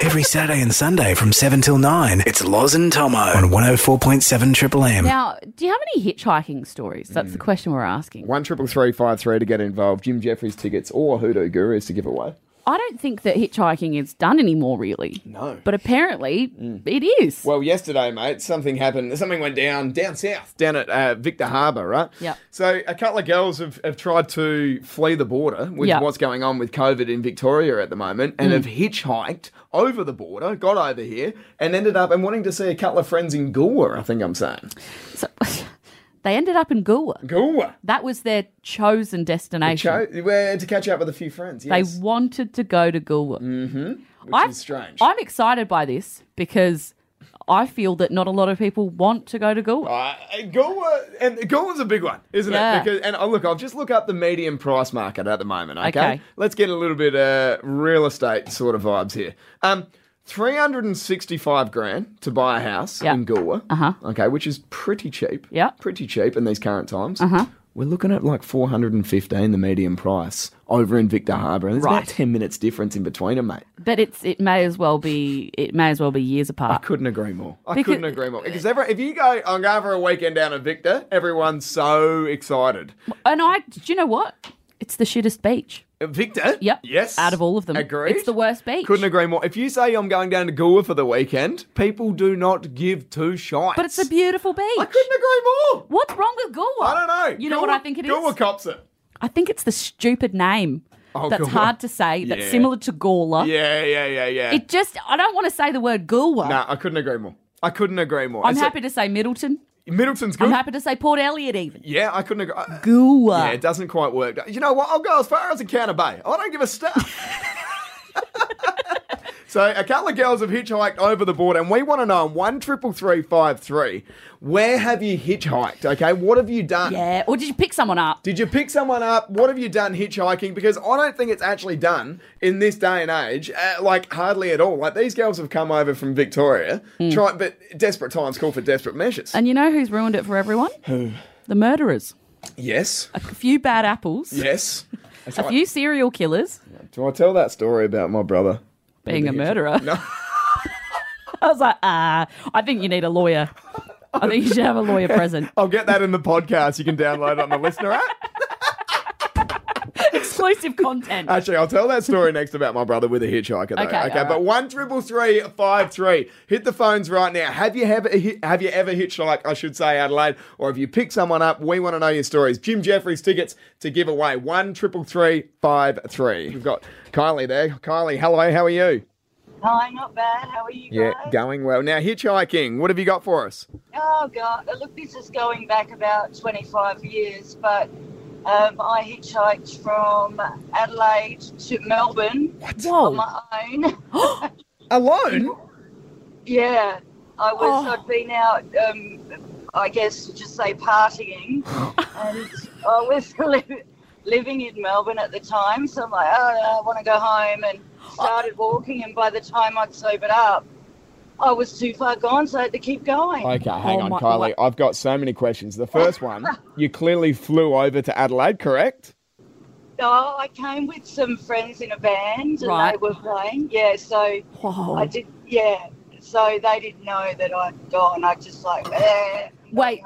Speaker 2: Every Saturday and Sunday from 7 till 9, it's Loz and Tomo on 104.7 Triple M.
Speaker 3: Now, do you have any hitchhiking stories? That's
Speaker 4: Mm.
Speaker 3: the question we're asking.
Speaker 4: One triple three five three to get involved. Jim Jeffries tickets or Hoodoo Gurus to give away.
Speaker 3: I don't think that hitchhiking is done anymore, really.
Speaker 4: No.
Speaker 3: But apparently, Mm. it is.
Speaker 4: Well, yesterday, mate, something happened. Something went down down south, down at uh, Victor Harbour, right?
Speaker 3: Yep.
Speaker 4: So a couple of girls have, have tried to flee the border with
Speaker 3: Yep.
Speaker 4: what's going on with COVID in Victoria at the moment,
Speaker 3: Mm.
Speaker 4: and have hitchhiked over the border, got over here, and ended up and wanting to see a couple of friends in Goolwa. I think I'm saying.
Speaker 3: they ended up in Goolwa.
Speaker 4: Goolwa.
Speaker 3: That was their chosen destination.
Speaker 4: Cho- well, to catch up with a few friends. Yes.
Speaker 3: They wanted to go to Goolwa.
Speaker 4: Mm-hmm. Which
Speaker 3: I've-
Speaker 4: is strange.
Speaker 3: I'm excited by this because I feel that not a lot of people want to go to Goolwa.
Speaker 4: Uh, Goa and Goa's a big one, isn't
Speaker 3: Yeah.
Speaker 4: it? Because and oh, look, I'll just look up the median price market at the moment. Okay,
Speaker 3: Okay.
Speaker 4: let's get a little bit uh, real estate sort of vibes here. Um, three hundred and sixty-five grand to buy a house in Goa. Uh
Speaker 3: Uh-huh.
Speaker 4: huh. Okay, which is pretty cheap. Yeah, pretty cheap in these current times. Uh
Speaker 3: Uh-huh.
Speaker 4: huh. We're looking at like four hundred and fifteen, the median price over in Victor Harbour, and there's
Speaker 3: Right.
Speaker 4: about ten minutes difference in between them, mate.
Speaker 3: But it's it may as well be it may as well be years apart. I
Speaker 4: couldn't agree more. I
Speaker 3: Because-
Speaker 4: couldn't agree more. Because every, if you go, I'm going for a weekend down at Victor. Everyone's so excited.
Speaker 3: And I do you know what? It's the shittest beach.
Speaker 4: Uh, Victor?
Speaker 3: Yep.
Speaker 4: Yes.
Speaker 3: Out of all of them.
Speaker 4: Agreed.
Speaker 3: It's the worst beach.
Speaker 4: Couldn't agree more. If you say I'm going down to Goa for the weekend, people do not give two shites.
Speaker 3: But it's a beautiful beach. I couldn't
Speaker 4: agree more.
Speaker 3: What's wrong with Goolwa?
Speaker 4: I don't know.
Speaker 3: You know what I think it is?
Speaker 4: Goa cops it.
Speaker 3: I think it's the stupid name
Speaker 4: Oh,
Speaker 3: that's
Speaker 4: Goolwa.
Speaker 3: hard to say, that's
Speaker 4: Yeah.
Speaker 3: similar to Gawler.
Speaker 4: Yeah, yeah, yeah, yeah.
Speaker 3: It just I don't want to say the word Goolwa.
Speaker 4: nah, I couldn't agree more. I couldn't agree more.
Speaker 3: I'm
Speaker 4: It's a-
Speaker 3: happy to say Middleton.
Speaker 4: Middleton's good.
Speaker 3: I'm happy to say Port Elliot even.
Speaker 4: Yeah, I couldn't agree.
Speaker 3: Goa.
Speaker 4: Yeah, it doesn't quite work. You know what? I'll go as far as Encounter Bay. I don't give a stuff. so a couple of girls have hitchhiked over the board, and we want to know on one triple three five three, where have you hitchhiked? Okay, what have you done?
Speaker 3: Yeah, or did you pick someone up?
Speaker 4: Did you pick someone up? What have you done hitchhiking? Because I don't think it's actually done in this day and age, uh, like hardly at all. Like these girls have come over from Victoria,
Speaker 3: Hmm.
Speaker 4: try, but desperate times call for desperate measures.
Speaker 3: And you know who's ruined it for everyone?
Speaker 4: Who?
Speaker 3: The murderers.
Speaker 4: Yes.
Speaker 3: A few bad apples.
Speaker 4: Yes. That's
Speaker 3: A
Speaker 4: right.
Speaker 3: few serial killers
Speaker 4: Do I tell that story about my brother?
Speaker 3: being a murderer.
Speaker 4: No.
Speaker 3: I was like, ah, I think you need a lawyer. I think you should have a lawyer present.
Speaker 4: I'll get that in the podcast. You can download it on the listener app.
Speaker 3: Exclusive content.
Speaker 4: Actually, I'll tell that story next about my brother with a hitchhiker. Though.
Speaker 3: Okay,
Speaker 4: Okay,
Speaker 3: all
Speaker 4: but
Speaker 3: right.
Speaker 4: one triple three five three. Hit the phones right now. Have you ever have you ever hitchhiked? I should say Adelaide, or have you picked someone up? We want to know your stories. Jim Jeffries tickets to give away. One triple three five three. We've got Kylie there. Kylie, hello. How are you?
Speaker 14: Hi, not bad. How are you?
Speaker 4: Yeah, going well. Now hitchhiking. What have you got for us?
Speaker 14: Oh, God. Look, this is going back about 25 years, but um, I hitchhiked from Adelaide to Melbourne on my own.
Speaker 4: Alone?
Speaker 14: yeah. I was,
Speaker 15: Oh.
Speaker 14: I'd been out, um, I guess, just say partying. and I was li- living in Melbourne at the time, so I'm like, oh, I want to go home and
Speaker 4: Oh.
Speaker 14: started walking. And by the time I'd sobered up, I was too far gone, so I had to keep going.
Speaker 4: Okay, hang
Speaker 14: Oh
Speaker 4: on, Kylie. I've got so many questions. The first one, you clearly flew over to Adelaide, correct?
Speaker 14: Oh, I came with some friends in a band and they
Speaker 4: Right.
Speaker 14: were playing. Yeah, so I did. Yeah, so they didn't know that I'd gone. I just like, eh.
Speaker 3: Wait,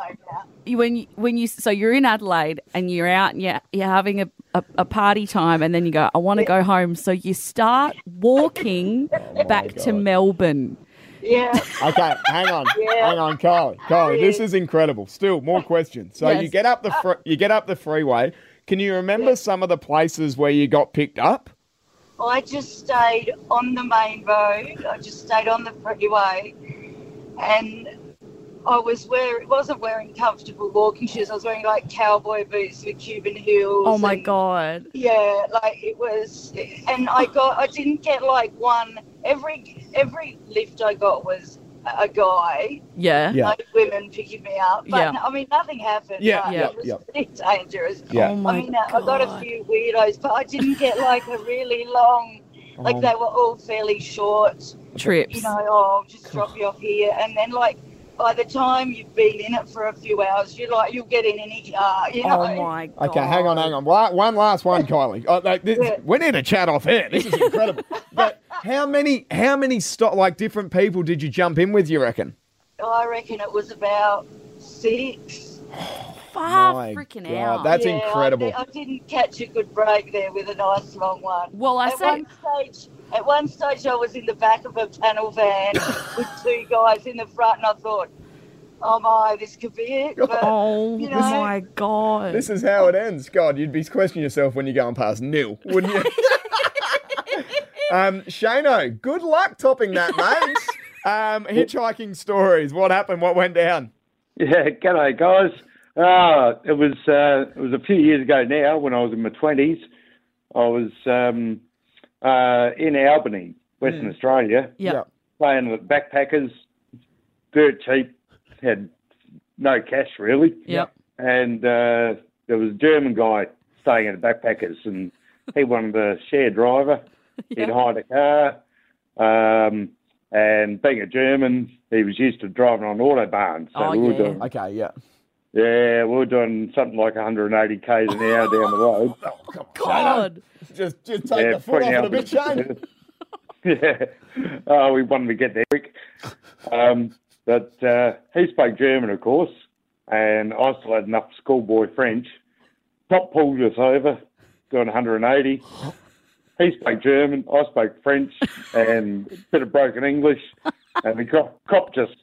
Speaker 3: you- when you, when you so you're in Adelaide and you're out and you're, you're having a, a, a party time and then you go I want to go home so you start walking back to Melbourne.
Speaker 14: Yeah.
Speaker 4: Okay, hang on,
Speaker 14: Yeah.
Speaker 4: hang on, Kylie. Kylie, this is incredible. Still, more questions. So you
Speaker 14: Yes.
Speaker 4: get up the fr- you get up the freeway. Can you remember some of the places where you got picked up?
Speaker 14: I just stayed on the main road. I just stayed on the freeway, and I was wear wasn't wearing comfortable walking shoes. I was wearing like cowboy boots with Cuban heels.
Speaker 3: Oh my
Speaker 14: and-
Speaker 3: god.
Speaker 14: Yeah, like it was, and I got I didn't get like one every every lift I got was a a guy.
Speaker 3: Yeah. Yeah.
Speaker 14: Like women picking me up, but
Speaker 3: Yeah.
Speaker 14: no- I mean nothing happened.
Speaker 3: Yeah,
Speaker 14: but
Speaker 3: yeah,
Speaker 14: It was
Speaker 3: yeah.
Speaker 14: pretty dangerous.
Speaker 3: Yeah. Oh my
Speaker 14: I mean, I got a few weirdos, but I didn't get like a really long. Like
Speaker 3: Oh.
Speaker 14: they were all fairly short
Speaker 3: Trips.
Speaker 14: You know, oh, I'll just drop you off here, and then like by the time you've been in it for a few hours, you're like you'll get in any car. You know?
Speaker 3: Oh my god.
Speaker 4: Okay, hang on, hang
Speaker 14: Oh.
Speaker 4: on. La- One last one, Kylie. Oh, like, this- we need a chat off here. This is incredible. but how many how many sto- like different people did you jump in with? You reckon?
Speaker 14: Oh, I reckon it was about six.
Speaker 3: Far
Speaker 4: My
Speaker 3: freaking
Speaker 4: God,
Speaker 3: out.
Speaker 4: that's
Speaker 14: Yeah,
Speaker 4: incredible.
Speaker 14: I, di- I didn't catch a good break there with a nice long one.
Speaker 3: Well, I
Speaker 14: at
Speaker 3: say-
Speaker 14: one stage, at one stage, I was in the back of a panel van with two guys in the front, and I thought, "Oh my, this could be it." But,
Speaker 3: Oh
Speaker 14: you know,
Speaker 3: my god.
Speaker 4: This is how it ends. God, you'd be questioning yourself when you're going past nil, wouldn't you? um, Shano, good luck topping that, mate. Um, hitchhiking stories. What happened? What went down?
Speaker 16: Yeah, g'day guys. Uh, it was uh, it was a few years ago now when I was in my twenties. I was um, uh, in Albany, Western
Speaker 17: Mm.
Speaker 16: Australia,
Speaker 17: Yeah.
Speaker 16: playing with backpackers, dirt cheap, had no cash really.
Speaker 17: Yep.
Speaker 16: And uh, there was a German guy staying at the backpackers, and he wanted a share driver. He'd hired a car, um, and being a German, he was used to driving on autobahns. So we were doing
Speaker 4: Okay, Oh, yeah.
Speaker 16: yeah, we were doing something like 180 k's an hour down the road.
Speaker 4: God. Um, Just, just take
Speaker 16: Yeah,
Speaker 4: the foot off
Speaker 16: freaking
Speaker 4: it a bit, Shane.
Speaker 16: yeah, oh, we wanted to get there quick. Um, but uh, he spoke German, of course, and I still had enough schoolboy French. Cop pulled us over, doing 180. He spoke German, I spoke French, and a bit of broken English. And the cop, cop just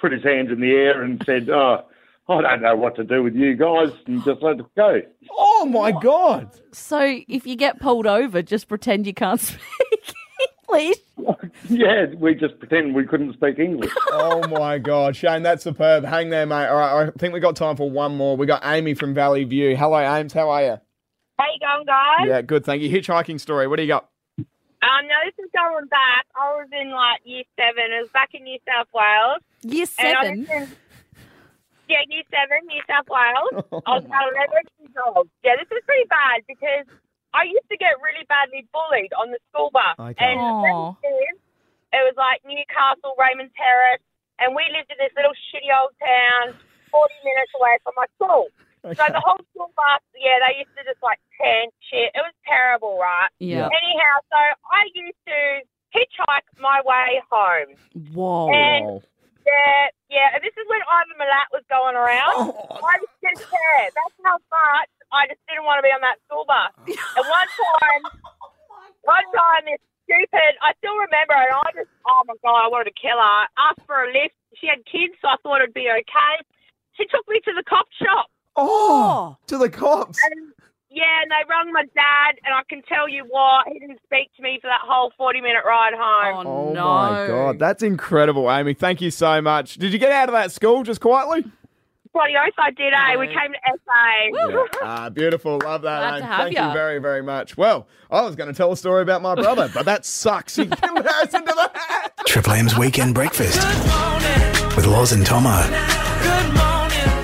Speaker 16: put his hands in the air and said, oh, I don't know what to do with you guys, and just let us go.
Speaker 4: Oh my god.
Speaker 3: So if you get pulled over, just pretend you can't speak.
Speaker 1: English.
Speaker 16: Yeah, we just pretend we couldn't speak English.
Speaker 4: oh my God, Shane, that's superb. Hang there, mate. All right, I think we got time for one more. We got Amy from Valley View. Hello, Ames. How are you?
Speaker 15: How you going, guys?
Speaker 4: Yeah, good. Thank you. Hitchhiking story. What do you got?
Speaker 15: Um, now this is going back. I was in like year seven. It was back in New South Wales.
Speaker 3: Year
Speaker 15: And I was
Speaker 3: seven?
Speaker 15: in- yeah, year seven, New South Wales. I was about eleven years old. Yeah, this is pretty bad because I used to get really badly bullied on the school bus.
Speaker 17: Okay.
Speaker 15: And
Speaker 17: Aw.
Speaker 15: it was like Newcastle, Raymond Terrace, and we lived in this little shitty old town, forty minutes away from my school. So
Speaker 17: Okay.
Speaker 15: the whole school bus, yeah, they used to just like tent shit. It was terrible, right?
Speaker 17: Yeah.
Speaker 15: Anyhow, so I used to hitchhike my way home.
Speaker 3: Whoa.
Speaker 15: And yeah, yeah, and this is when Ivan Milat was going around. I just didn't care. That's how much I just didn't want to be on that school bus. and one time, one time, this stupid, I still remember, and I just, oh my God, I wanted to kill her. Asked for a lift. She had kids, so I thought it'd be okay. She took me to the cop shop.
Speaker 4: Oh, to the cops.
Speaker 15: And, yeah, and they rung my dad, and I can tell you what, he didn't speak to me for that whole 40 minute ride home.
Speaker 4: Oh my God, that's incredible, Amy. Thank you so much. Did you get out of that school just quietly?
Speaker 15: Bloody oath I did, eh? We came to SA.
Speaker 4: Yeah. Ah, beautiful. Love that.
Speaker 15: Glad to
Speaker 4: Abe.
Speaker 15: have
Speaker 4: Thank you
Speaker 15: ya.
Speaker 4: very, very much. Well, I was going to tell a story about my brother, but that sucks. You can listen to that.
Speaker 2: Triple M's Weekend Breakfast with Loz and Tomo.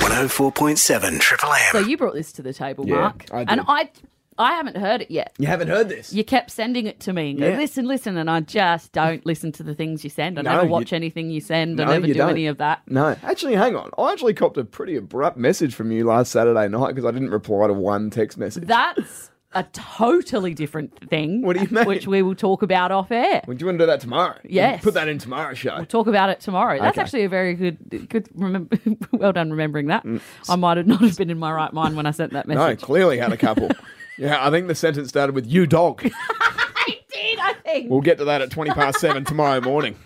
Speaker 2: 104.7 Triple M.
Speaker 3: So you brought this to the table,
Speaker 2: Yeah,
Speaker 3: Mark.
Speaker 2: I did.
Speaker 3: And I I haven't heard it yet.
Speaker 4: You haven't heard this?
Speaker 3: You kept sending it to me and go,
Speaker 4: Yeah.
Speaker 3: listen, listen, and I just don't listen to the things you send. I
Speaker 4: No,
Speaker 3: never
Speaker 4: you-
Speaker 3: watch anything you send.
Speaker 4: No,
Speaker 3: I never
Speaker 4: you
Speaker 3: do
Speaker 4: don't.
Speaker 3: any of that.
Speaker 4: No, actually, hang on. I actually copped a pretty abrupt message from you last Saturday night because I didn't reply to one text message.
Speaker 3: That's a totally different thing. What
Speaker 4: do you mean?
Speaker 3: Which we will talk about off air.
Speaker 4: Would you want to do that tomorrow?
Speaker 3: Yes.
Speaker 4: Put that in tomorrow's show.
Speaker 3: We'll talk about it tomorrow. That's
Speaker 4: Okay.
Speaker 3: actually a very good, good. Remember, well done remembering that. I might have not have been in my right mind when I sent that
Speaker 4: Mm. No,
Speaker 3: message.
Speaker 4: clearly had a couple. yeah, I think the sentence started with you dog.
Speaker 3: I did. I think.
Speaker 4: We'll get to that at 20 past 7 tomorrow morning.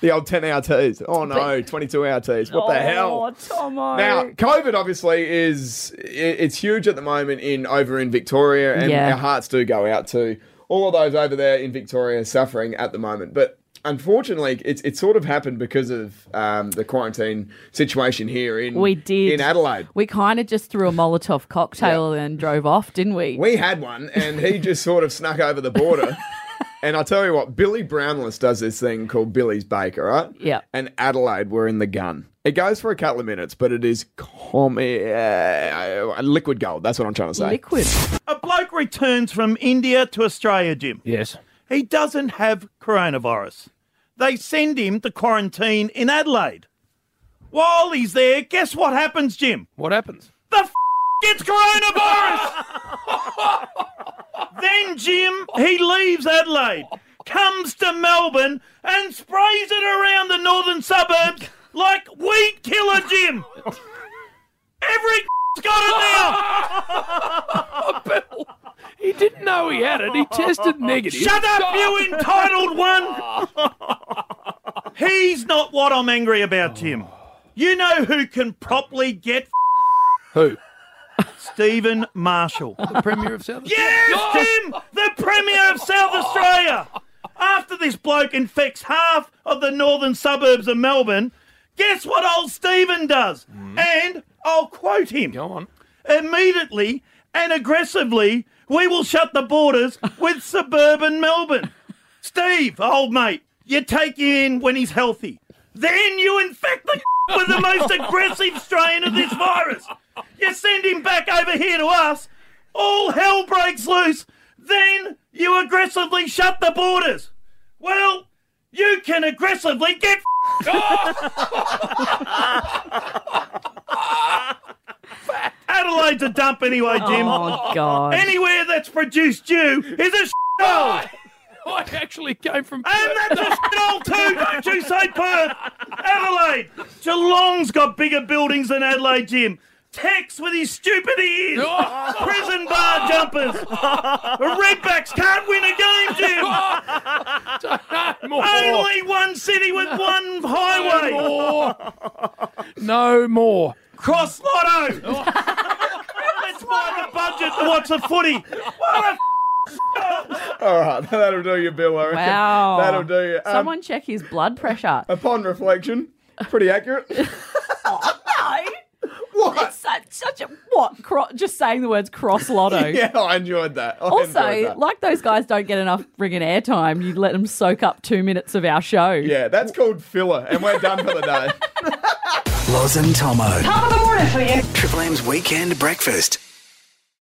Speaker 4: The old 10 hour teas. Oh no, 22 hour teas. What the hell?
Speaker 3: Oh, Tomo.
Speaker 4: Now, COVID obviously is i- it's huge at the moment in over in Victoria, and
Speaker 3: Yeah.
Speaker 4: our hearts do go out to all of those over there in Victoria suffering at the moment. But unfortunately, it's it's sort of happened because of um, the quarantine situation here in
Speaker 3: We did.
Speaker 4: in Adelaide.
Speaker 3: We kind of just threw a Molotov cocktail and drove off, didn't we?
Speaker 4: We had one, and he just sort of snuck over the border. and I'll tell you what, Billy Brownless does this thing called Billy's Bake, all right?
Speaker 3: Yeah.
Speaker 4: And Adelaide were in the gun. It goes for a couple of minutes, but it is com- uh, liquid gold. That's what I'm trying to say.
Speaker 3: Liquid.
Speaker 18: A bloke returns from India to Australia, Jim.
Speaker 4: Yes.
Speaker 18: He doesn't have coronavirus. They send him to quarantine in Adelaide. While he's there, guess what happens, Jim? What happens? The f- gets coronavirus! then, Jim, he leaves Adelaide, comes to Melbourne, and sprays it around the northern suburbs like weed killer, Jim! Every got it now!
Speaker 19: He didn't know he had it. He tested negative.
Speaker 18: Shut up, you entitled one! He's not what I'm angry about, Jim. You know who can properly get
Speaker 19: Who?
Speaker 18: Stephen Marshall.
Speaker 19: The Premier of South
Speaker 18: Yes, Jim! The Premier of South Australia! After this bloke infects half of the northern suburbs of Melbourne, guess what old Stephen does? And I'll quote him. Hmm? Go on. Immediately and aggressively, we will shut the borders with suburban Melbourne. Steve, old mate, you take him in when he's healthy. Then you infect the with the most aggressive strain of this virus. You send him back over here to us, all hell breaks loose. Then you aggressively shut the borders. Well, you can aggressively get. Adelaide's a dump anyway, Jim.
Speaker 19: Oh, God.
Speaker 18: Anywhere that's produced you is a hole.
Speaker 19: I actually came from.
Speaker 18: And that's a shithole too, don't you say Perth? Adelaide. Geelong's got bigger buildings than Adelaide, Jim. Tex with his stupid ears. Prison bar jumpers. Redbacks can't win a game, Jim. Only one city with one highway.
Speaker 19: No more.
Speaker 18: Cross lotto. Let's buy the budget to watch the footy. What a
Speaker 4: All right, that'll do you, Bill. I reckon.
Speaker 3: Wow.
Speaker 4: That'll do you. Um,
Speaker 3: Someone check his blood pressure.
Speaker 4: Upon reflection, pretty accurate.
Speaker 3: no. What? It's such, such a what? Cro- just saying the words cross lotto.
Speaker 4: yeah, I enjoyed that. I
Speaker 3: also,
Speaker 4: enjoyed that.
Speaker 3: like those guys don't get enough friggin' airtime. You let them soak up two minutes of our show.
Speaker 4: Yeah, that's called filler, and we're done for the day.
Speaker 2: Loz and Tomo.
Speaker 4: Top of the morning for you.
Speaker 2: Triple M's Weekend Breakfast.